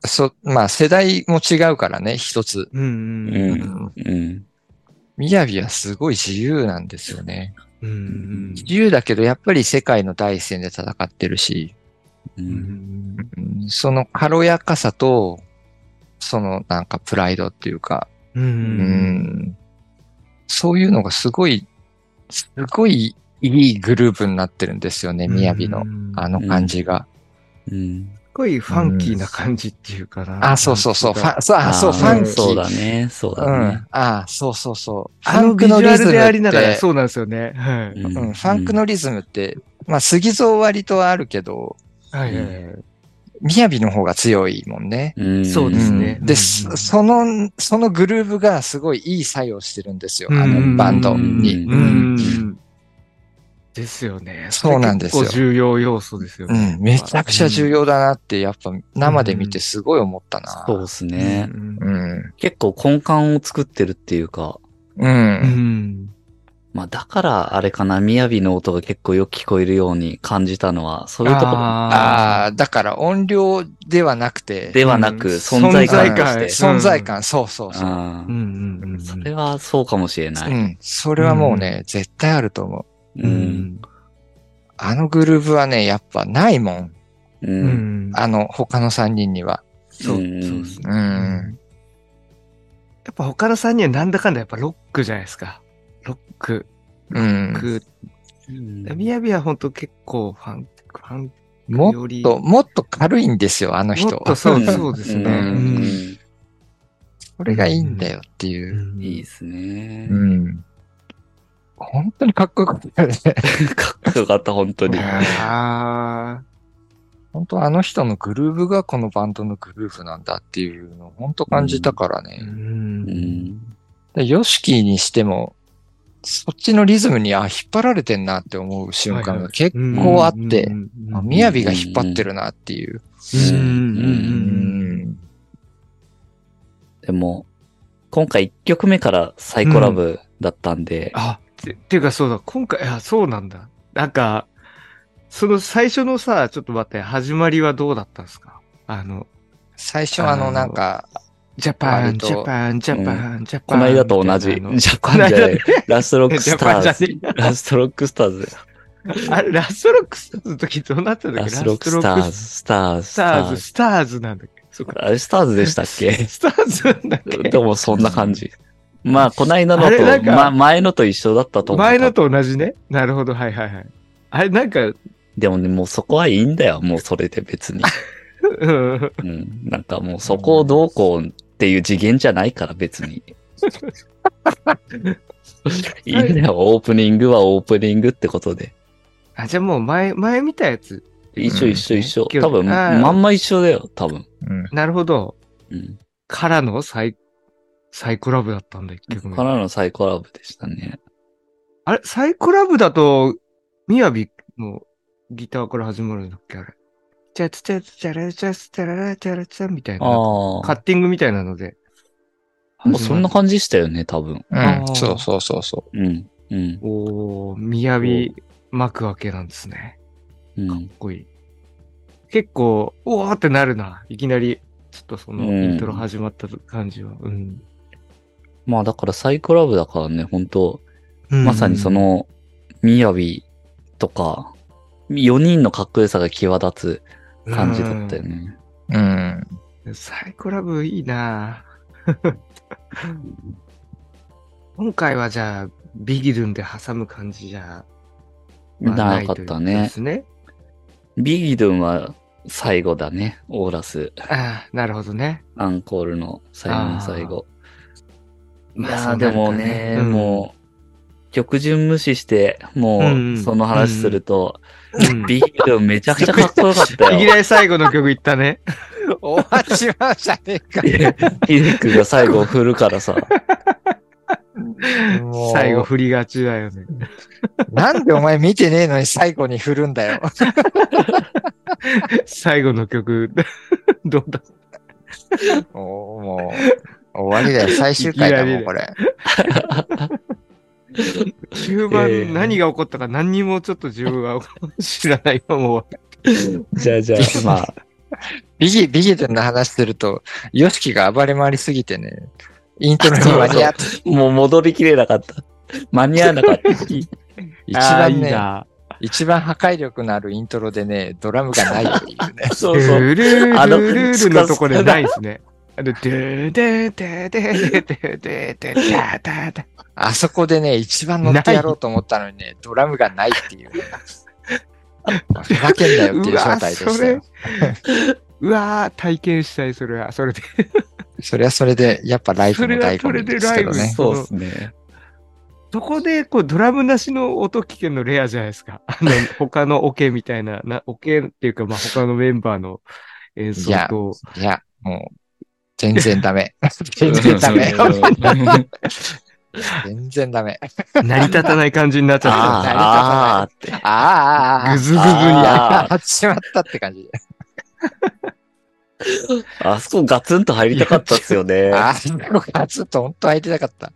そ、まあ世代も違うからね、一つ。うんうんううんん。うん。みやびはすごい自由なんですよね。うんうん自由だけど、やっぱり世界の第一線で戦ってるし。う。うんんうんその軽やかさと、そのなんかプライドっていうか、うんううんん、そういうのがすごい、すごいいいグループになってるんですよね、みやびの。あすの感じが。うん。ごいファンキーな感じっていうかな。あ、そうそうそう、フなんていァン、そう、あ、そーう、ファンキー。そうだね、そううだねん。。あ、そうそうそう。うか。あのビジュアルでありながら、フそうなんですよね。はうい。んァンクのリズムってうん、ファンクのリズムって、まあ、杉蔵割とあるけど、はいはいはい。みやびの方が強いもんね。うんそうですねうんで、うんそその、そのグルーブがすごいいい作用してるんですよ、あのバンドに。うんうん。ですよね。そうなんですよ結構重要要素ですようね。ん、めちゃくちゃ重要だなって、やっぱ生で見てすごい思ったな。そうですね。うんうん。結構根幹を作ってるっていうか、う。うんん。まあだからあれかな、雅の音が結構よく聞こえるように感じたのは、そういうところああ、だから音量ではなくて、ではなく存在感として。存在感、そうそうそう。あうあんうんうん。それはそうかもしれなうい。ん。それはもうね、絶対あると思う。う。うんん。あのグルーブはね、やっぱないもん。う。うんん。あの、他の3人には。そう、うそうんですね。うん。やっぱ他の3人はなんだかんだやっぱロックじゃないですか。ロック、うロッん。ク。みやびは本当結構ファン、ファンもよりっと、もっと軽いんですよ、あのも人っ。とそうそうですね。ううんんそれがいいんだよっていう。いいですね。うん。本当にかっこよかったよね。 かっこよかった、本当に。あ本当あの人のグルーブがこのバンドのグルーブなんだっていうのを本当感じたからーう。ね。うんん。でヨシキにしても、そっちのリズムに、あ、引っ張られてんなって思う瞬間が結構あって、あ、みやびが引っ張ってるなっていう。うんうんうん。でも、今回1曲目からサイコラブだったんで、あ、てっていうかそうだ、今回、あ、そうなんだ。なんか、その最初のさ、ちょっと待って、始まりはどうだったんですかあの、最初はああの、のなんか、ジャパン、割とジャパン、ジャパン、ジャパこン。の間と同じ、ジみたいなのャパンじゃない、ラストロックジスャタパンじーゃズ。ねえラストロックスターズ。 あれ、ラストロックスターズの時どうなったんだっラけストロックスターズ、スターズ、ススタターーズ、ズ。スターズなんだっけそうか。あれ、スターズでしたっ けスターズなんだっけでもそんな感じ。まあ、こないだのあれなんと、かま、前のと一緒だったと思う。前のと同じね。なるほど、はいはいはい。あれ、なんか、でもね、もうそこはいいんだよ。もうそれで 別に。うん、 うん。なんかもうそこをどうこうっていう次元じゃないから別 に。いいんだよ。オープニングはオープニングってことで。あ、じゃあもう前、前見たやつ。一緒一緒一緒。うん多分、あーまんま一緒だよ。多分。うんなるほど。うん。からのサイ、サイコラブだったんだ、一曲目。からのサイコラブでしたね。あれ、サイコラブだと、みやびのギターから始まるんだっけあれ。チャツチャツチャラチャスチャララチャラチャみたいあな。あカッ。ティングみたいなので。もうそんな感じしたよね、多分。うあーん。そうそうそうそうん。うん。おー、みやび巻くわけなんですね。うかっん。こいい。結構、おーってなるな。いきなり、ちょっとそのうんイントロ始まった感じは。うん。まあだからサイコラブだからね、本当まさにそうん、の、みやびとか、4人のかっこよさが際立つ感じだったよね。う。 うん。うん。サイコラブい いな今回はじゃあ、ビギルンで挟む感じじゃ、まあなないかとっいうこたとでね。すね。ビギドゥンは最後だね、オーラス。ああ、なるほどね。アンコールの最後の最後。いまあやそーうなでるかもね、うんもう、曲順無視して、もんうんう、その話すると、うんビギドゥンめちゃくちゃかっこよかった いきよ。なり最後の曲いったね。お待ちしましたね。 ヒデクが最後振るからさ。もう最後振りがちだよね。なんでお前見てねえのに最後に振るん だよ。最後の曲、どうだもう、もう、終わりだよ。最終回だもいん、きこれ。中え盤え何が起こったか何にもちょっと自分は知らないまま終わったじゃあじゃあ、まあ、ビギ、ビギテンの話すると、ヨシキが暴れ回りすぎてね、イントロに間に合って、もう戻りきれなかった。間に合わなかった。一番あーいいね、な一番破壊力のあるイントロでね、ドラムがないっていう ね。そうそう。ルルルあのルルルのとこでないですね。あの、ドゥデデデデデデデデダダダあそこでね、一番乗ってやろうと思ったのにね、ドラムがないっていうね。ふざけんなよっていう正体でしたうわよ。うわー、体験したい、それは。それで。それはそれで、やっぱライブの醍醐味ですけどそれはそれでライねブ。そうですね。そこで、こう、ドラムなしの音聞けるのレアじゃないですか。あの、他のオケみたいな、な、オケっていうか、まあ、他のメンバーの演奏いやと。いや、もう、全然ダ メ。全然ダメ。全然ダメ。成り立たない感じになっちゃっあーあーって。ああああ、ぐずぐずにああ、しまったって感じ。あそこガツンと入りたかったっすよね。あああ、そこがずっと本当入りたかった。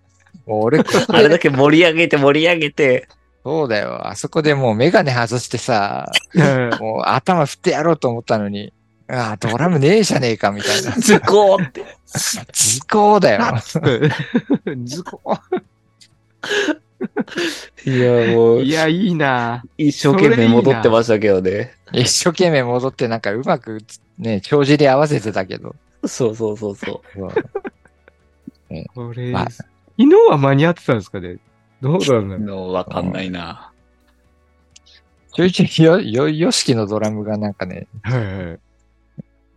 もう俺、れだけ盛り上げて盛り上げて。そうだよ。あそこでもうメガネ外してさ、たね。もう頭振ってやろうと思ったのに、ああ、ドラムねえじゃねえか、みたいな。ズコーって。図工だよ。うん。 ずこいや、もうい、や、いいな一生懸命戻ってましたけどね。一生懸命戻ってなんかうまくね、帳尻合わせてたけど。そうそうそうそう。これ、まあ昨日は間に合ってたんですかねどうだろうね。のわかんないな。ちょいちょいよ、よ、よしきのドラムがなんかね、 はいはい。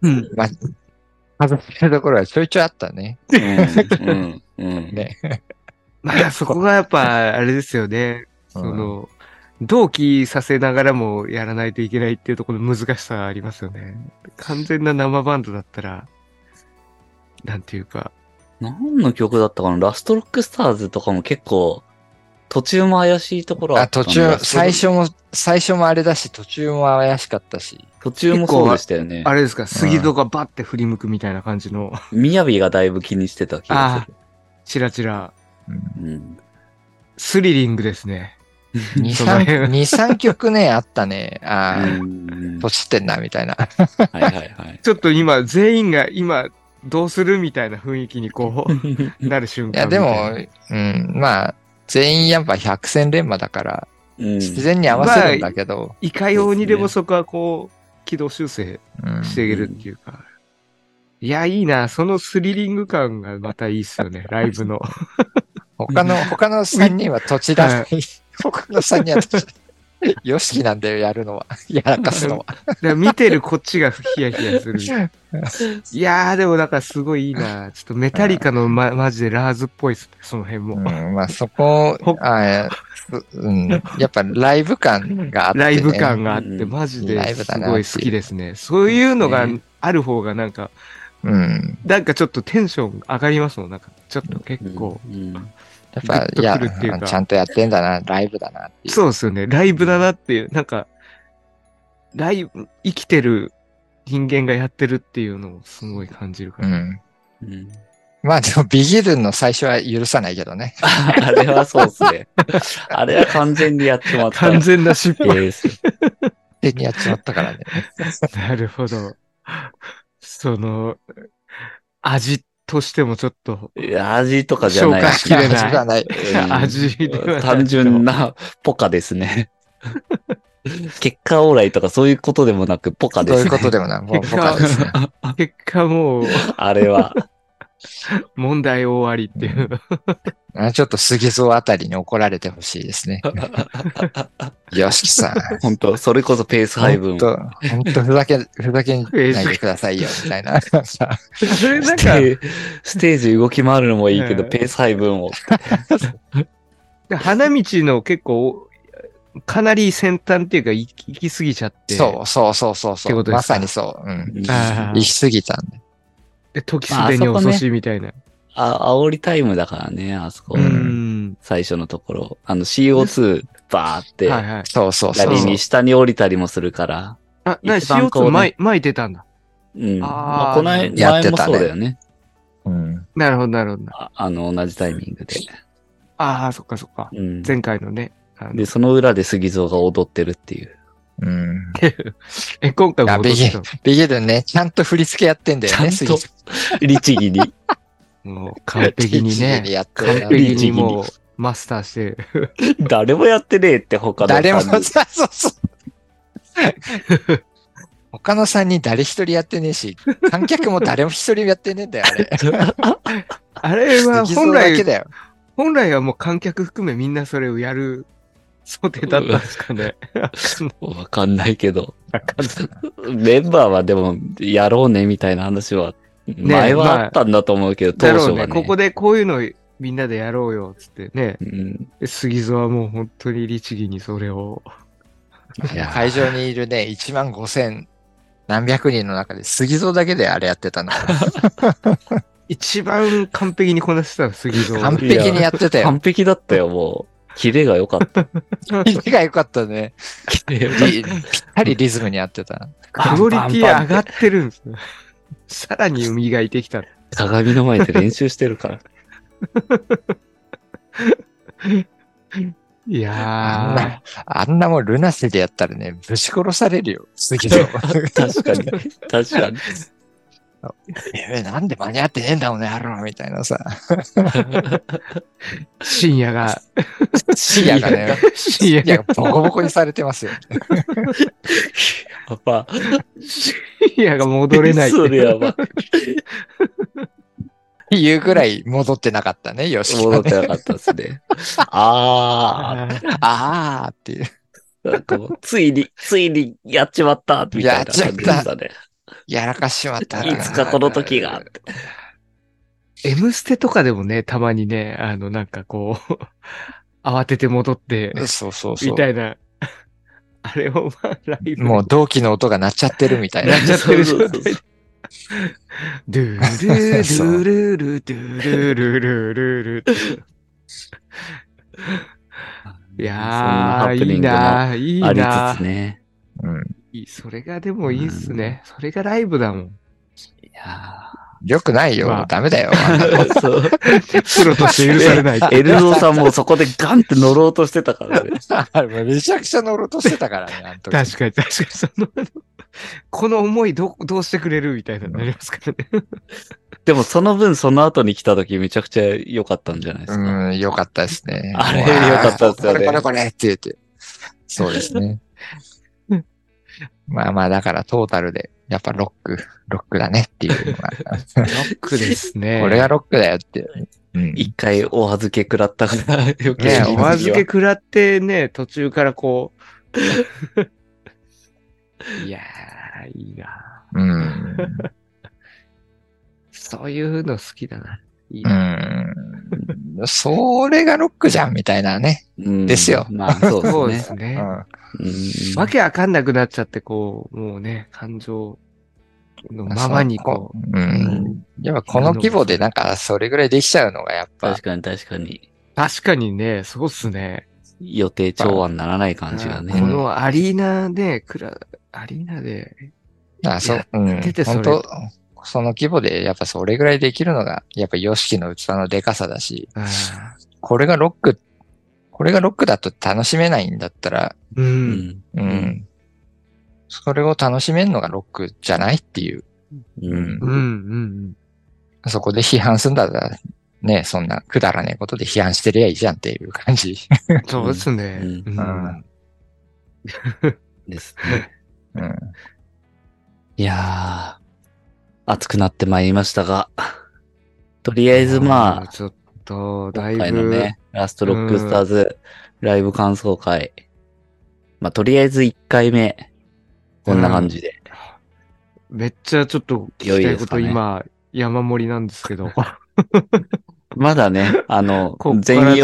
うん。ま、外してるところはちょいちょいあったね。うん。うん。うん。ね。まあ、そこがやっぱ、あれですよね。その、同期させながらもやらないといけないっていうところの難しさありますよね。完全な生バンドだったら、なんていうか、何の曲だったかなラストロックスターズとかも結構、途中も怪しいところはあ、途中、最。初も、最初もあれだし、途中も怪しかったし。途中もそうでしたよね。あれですか、杉戸がバッて振り向くみたいな感じの、みやびがだいぶ気にしてた気がする。 チラチラ、うん、スリリングですね。 2、その辺3、二三曲ね、あったね。ああ、うんは年ってんな、み たいな。いはいはい。ちょっと今、全員が今、どうするみたいな雰囲気にこう、なる瞬い間や、みでたな。も、うん、まあ、全員やっぱ百戦錬磨だから、うん自然に合わせるんだけど、いかようにでもそこはこう、軌道修正うんしていけるっていうか。いや、いいな。そのスリリング感がまたいいっす よね。ライブの。他の、他の3人は土地だ。 他の3人は土地だ。よしきなんだよ、やるのは。 やらかすのは。だから見てるこっちがヒヤヒ ヤする。いやー、でもなんかすごいいいな。ちょっとメタリカのま、マジでラーズっぽいっすね。その辺も。うん、まあそこほ、あえすうん、やっぱライブ感があって、ね。ライブ感があって、うんマジライでブすだなごい好きですね。そういうのがねある方がなんか、うん。なんかちょっとテンション上がりますもん。なんか、ちょっと結構。うんやっぱ、いグッやとくるっていうかちゃんとやってんだな、ライブだなっていう。そうですよね。ライブだなっていう、なんか、ライブ、生きてる人間がやってるっていうのをすごい感じるかうら。ん。うんまあでも、ビギルンの最初は許さないけどね。ああれはそうっすね。あれは完全にやってもらった。完全な失え敗。えっすよ手にやっちまったからね。なるほど。その、味としてもちょっと、いや味とかじゃ ない。消化しきれない味がない。うん味ではない単純なポカですね。結果オーライとかそういうことでもなくポカでどういすうねこ。とでもない。もう結僕果はです ね。結果もう、あれは。問題終わりっていう。あちょっと杉蔵あたりに怒られてほしいで すね。よしきさん。本当それこそペース配分本。当本当ふざけ、ふざけんないでくださいよ、みたいな。それ なんスか、テーステージ動き回るのもいいけど、うんペース配分を。で花道の結構、かなり先端っていうか、行き行き過ぎちゃって。そう そうそうそうってそこう。とですかまさにそう。うん。あー行き過ぎたんで。で時すでに遅しみたいな。あ、煽りタイムだからね、あそこ。ねうん。最初のところ。あの CO2 バーって、はいはい。そうそうそラうビ。に下に降りたりもするから。あ、なに一番こう CO2 ね前、前出たんだ。うん。あーまあ、この前やっ前てたねもそうだよね。うん。なるほど、なるほど。ああの、同じタイミングで。ああ、そっかそっか。うん。前回のね。あので、その裏で杉蔵が踊ってるっていう。うん。え、今回も戻ってきたのビギルね、ちゃんと振り付けやってんだよちゃね、ん杉と蔵。律儀 に。もう完璧に 律儀ね。やってる完な璧にもうマスターして。誰もやってねえって他の感じ。誰も、そうそうそう。他の3人誰一人やってねえし、観客も誰も一人やってねえんだよ、あれ。あれは本本来だけ来、だよ。本来はもう観客含めみんなそれをやる想定だったんですかね。わかんないけど。メンバーはでも、やろうねみたいな話は、前はあったんだと思うけ ど、だ当ろ初うはね。ね。ここでこういうのみんなでやろうよ、つってね。うん、杉蔵はもう本当に律儀にそれを。いや会場にいるね、1万5千何百人の中で、杉蔵だけであれやってたの。一番完璧にこなしてたの杉蔵。完璧にやってたよ。完璧だったよ、もう。キレが良か った。響きが良かったね。キレがりぴったりリズムに合ってた。クオリティ上がってるんですね。さらに磨いてきた。鏡の前で練習してるから。あいんやな、あんなもんルナシでやったらね、ぶち殺されるよ、杉蔵。確かに。確かに。え、なんで間に合ってねえんだ、この野郎、みたいなさ。 ー、深夜が、深夜がね、深夜いやが、、ボコボコにされてますよ。やば。深夜が戻れないって。それやば。言うぐらい戻ってなかったね、よしき戻はっね。てなかったですね。ああーあーっていう。ー。なんかもう、ついに、ついにやっちまったみたいな感じでしたね。やらかしちまったな。いつかこの時がって。 M ステとかでもね、たまにね、あの、なんかこう、慌てて戻って、そうそうそみたう。いな。あれをまあ、ライブ。もう同期の音が鳴っちゃってるみたいなな。っちゃってるそ状うそう態そでうそう。ドゥールールールールールールールールールールーいそんなやハー、プいニいングもあなー、いいりなつつね。うん。ー。それがでもいいっすね。それがライブだもん。いやよくないよ。まあダメだよ。ー そう。プロとして許されない。エルゾーさんもそこでガンって乗ろうとしてたから ね。 あれめちゃくちゃ乗ろうとしてたからね、あの時。確かに、確かに、その、あのこの思いどう、どうしてくれるみたいなのになりますからね。でもその分その後に来た時めちゃくちゃ良かったんじゃないですか。うん、よかったですね。あれうわーよかったっすよねこれこれこれって言って。そうですね。まあまあ、だからトータルで、やっぱロック、ロックだねっていうのが。ロックですねこれがロックだよって。うん一回お預け食らったから余計にねえ次おは預け食らってね、途中からこう。いやー、いいなうん。そういうの好きだな。いいうな。ん。それがロックじゃんみたいなね。うんですよまあそうそうでですすうね。ん。ね。わけわかんなくなっちゃって、こう、もうね、感情のままにこう。うん。やっぱこの規模でなんかそれぐらいできちゃうのがやっぱ確、かに確かに。う。確かにね、そうっすね。予定調和にならない感じがこね。のアリーナで、クラ、アリーナで、あそう、うん。出てそれ本当その規模でやっぱそれぐらいできるのが、やっぱ YOSHIKI の器のでかさだし、あーこれがロック、これがロックだと楽しめないんだったら、う。うんん。ううん。んそれを楽しめるのがロックじゃないっていう。ううんん。うん、うん、そこで批判すんだら、ね、そんなくだらねえことで批判してりゃいいじゃんっていう感じ。うん。そうですね。ううん うんですね。うん。いやー、暑くなってまいりましたが、とりあえずーまあ、ちょっと、だい今回のぶ、ね、ラストロックスターズライブ感想会。まあ、とりあえず1回目、こんな感じで。めっちゃちょっと聞きたい良こといですかね今、山盛りなんですけど。まだ ね、あのこっ、から全ち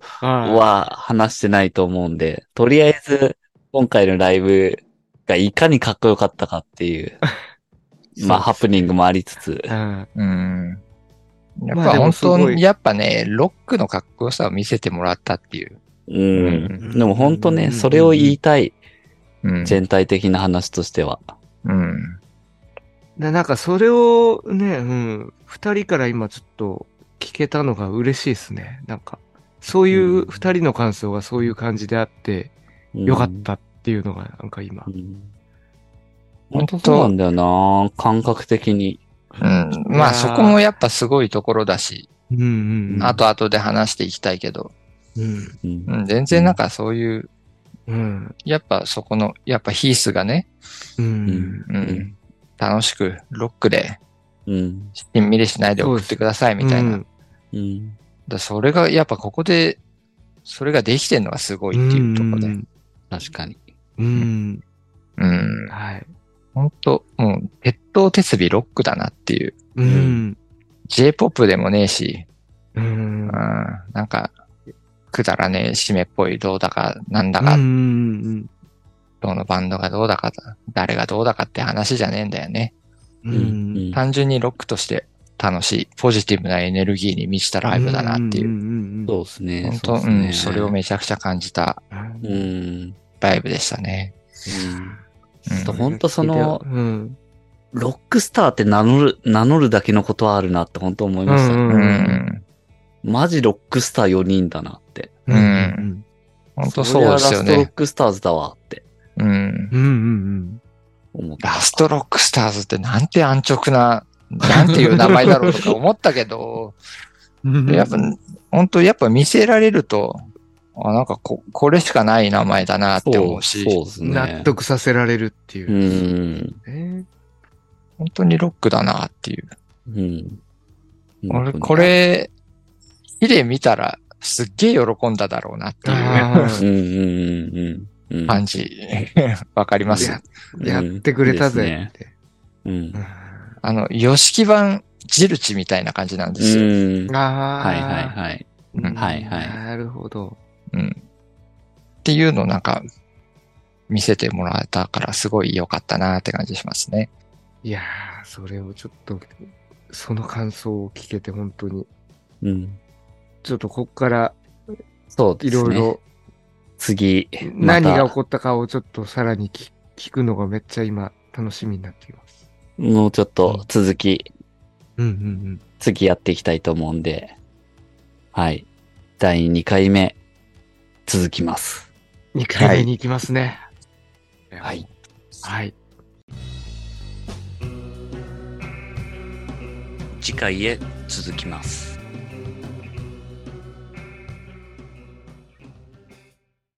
容っと、はは話してないと思うんで、とりあえず、今回のライブがいかにかっこよかったかって いう、いまあ、ハプニングもありつつう、んうん。やっまあぱでも本すごい当に、やっぱね、ロックのかっこよさを見せてもらったっていう。う。。うんでも本当ね、それを言いたい、うん。全体的な話としては。うん。ななんかそれをね、うん、二人から今ちょっと聞けたのが嬉しいですね。なんか、そういううん二人の感想がそういう感じであって、よかったっていうのがなんか今う。ん。本本当当そうなんだよな感覚的に。うん。まいやーあそこもやっぱすごいところだし、うんうんうん。後々で話していきたいけど、うん。うんうん、全然なんかそういう、うん。やっぱそこの、やっぱヒースがね、うん。うん、うん楽しくロックで、うん。しんみりしないで送ってくださいみたいな。うんうん。だそれが、やっぱここで、それができてんのがすごいっていうところで。確かに。うん。うん。はい。本当もう、鉄塔鉄尾ロックだなっていう。うん。 J-POP でもねえし、うんうん、。なんか、くだらねえ締めっぽいどうだか、なんだうんうか、んどのバンドがどうだか、誰がどうだかって話じゃねえんだよね。うん。う。うんん。単純にロックとして楽しい、ポジティブなエネルギーに満ちたライブだなっていう。んんそうですね。本当、そううっすねん、それをめちゃくちゃ感じたうんうん。うんライブでしたね。うんちょっと本当そのうん。ロックスターって名乗る、名乗るだけのことはあるなって本当思いましうた。んうん。マジロックスター4人だなって。うんうん本当そうですよそりゃラストロッね。クスターズだわってうん。うんうん思った。ラストロックスターズってなんて安直な、なんていう名前だろうとか思った けど、うん。やっぱ、本当やっぱ見せられると、あ、なんかこ、これしかない名前だなって思うし、そうですね。納得させられるっていうう。ん。ね本当にロックだなっていう。うん。俺、こ、れ、ヒレ見たら、すっげえ喜んだだろうなっていうあうーんうんうんうんうん。感じ。 わかりますややってくれたぜって。うん。あの、ヨシキ版ジルチみたいな感じなんですよ。うん。ああ。はいはいはい。うんはいはいなるほど。うん。っていうのをなんか、見せてもらえたから、すごい良かったなって感じしますね。いやー、それをちょっと、その感想を聞けて本当に、うん。ちょっとこっから、そうでいすね。ろいろ次、ま 何たが起こったかをちょっとさらにき聞くのがめっちゃ今楽しみになっています。もうちょっと続き、うんうん次やっていきたいと思うんで、はい。第2回目、続きます。うん。2回目に行きますね。はい。はい。次回へ続きます。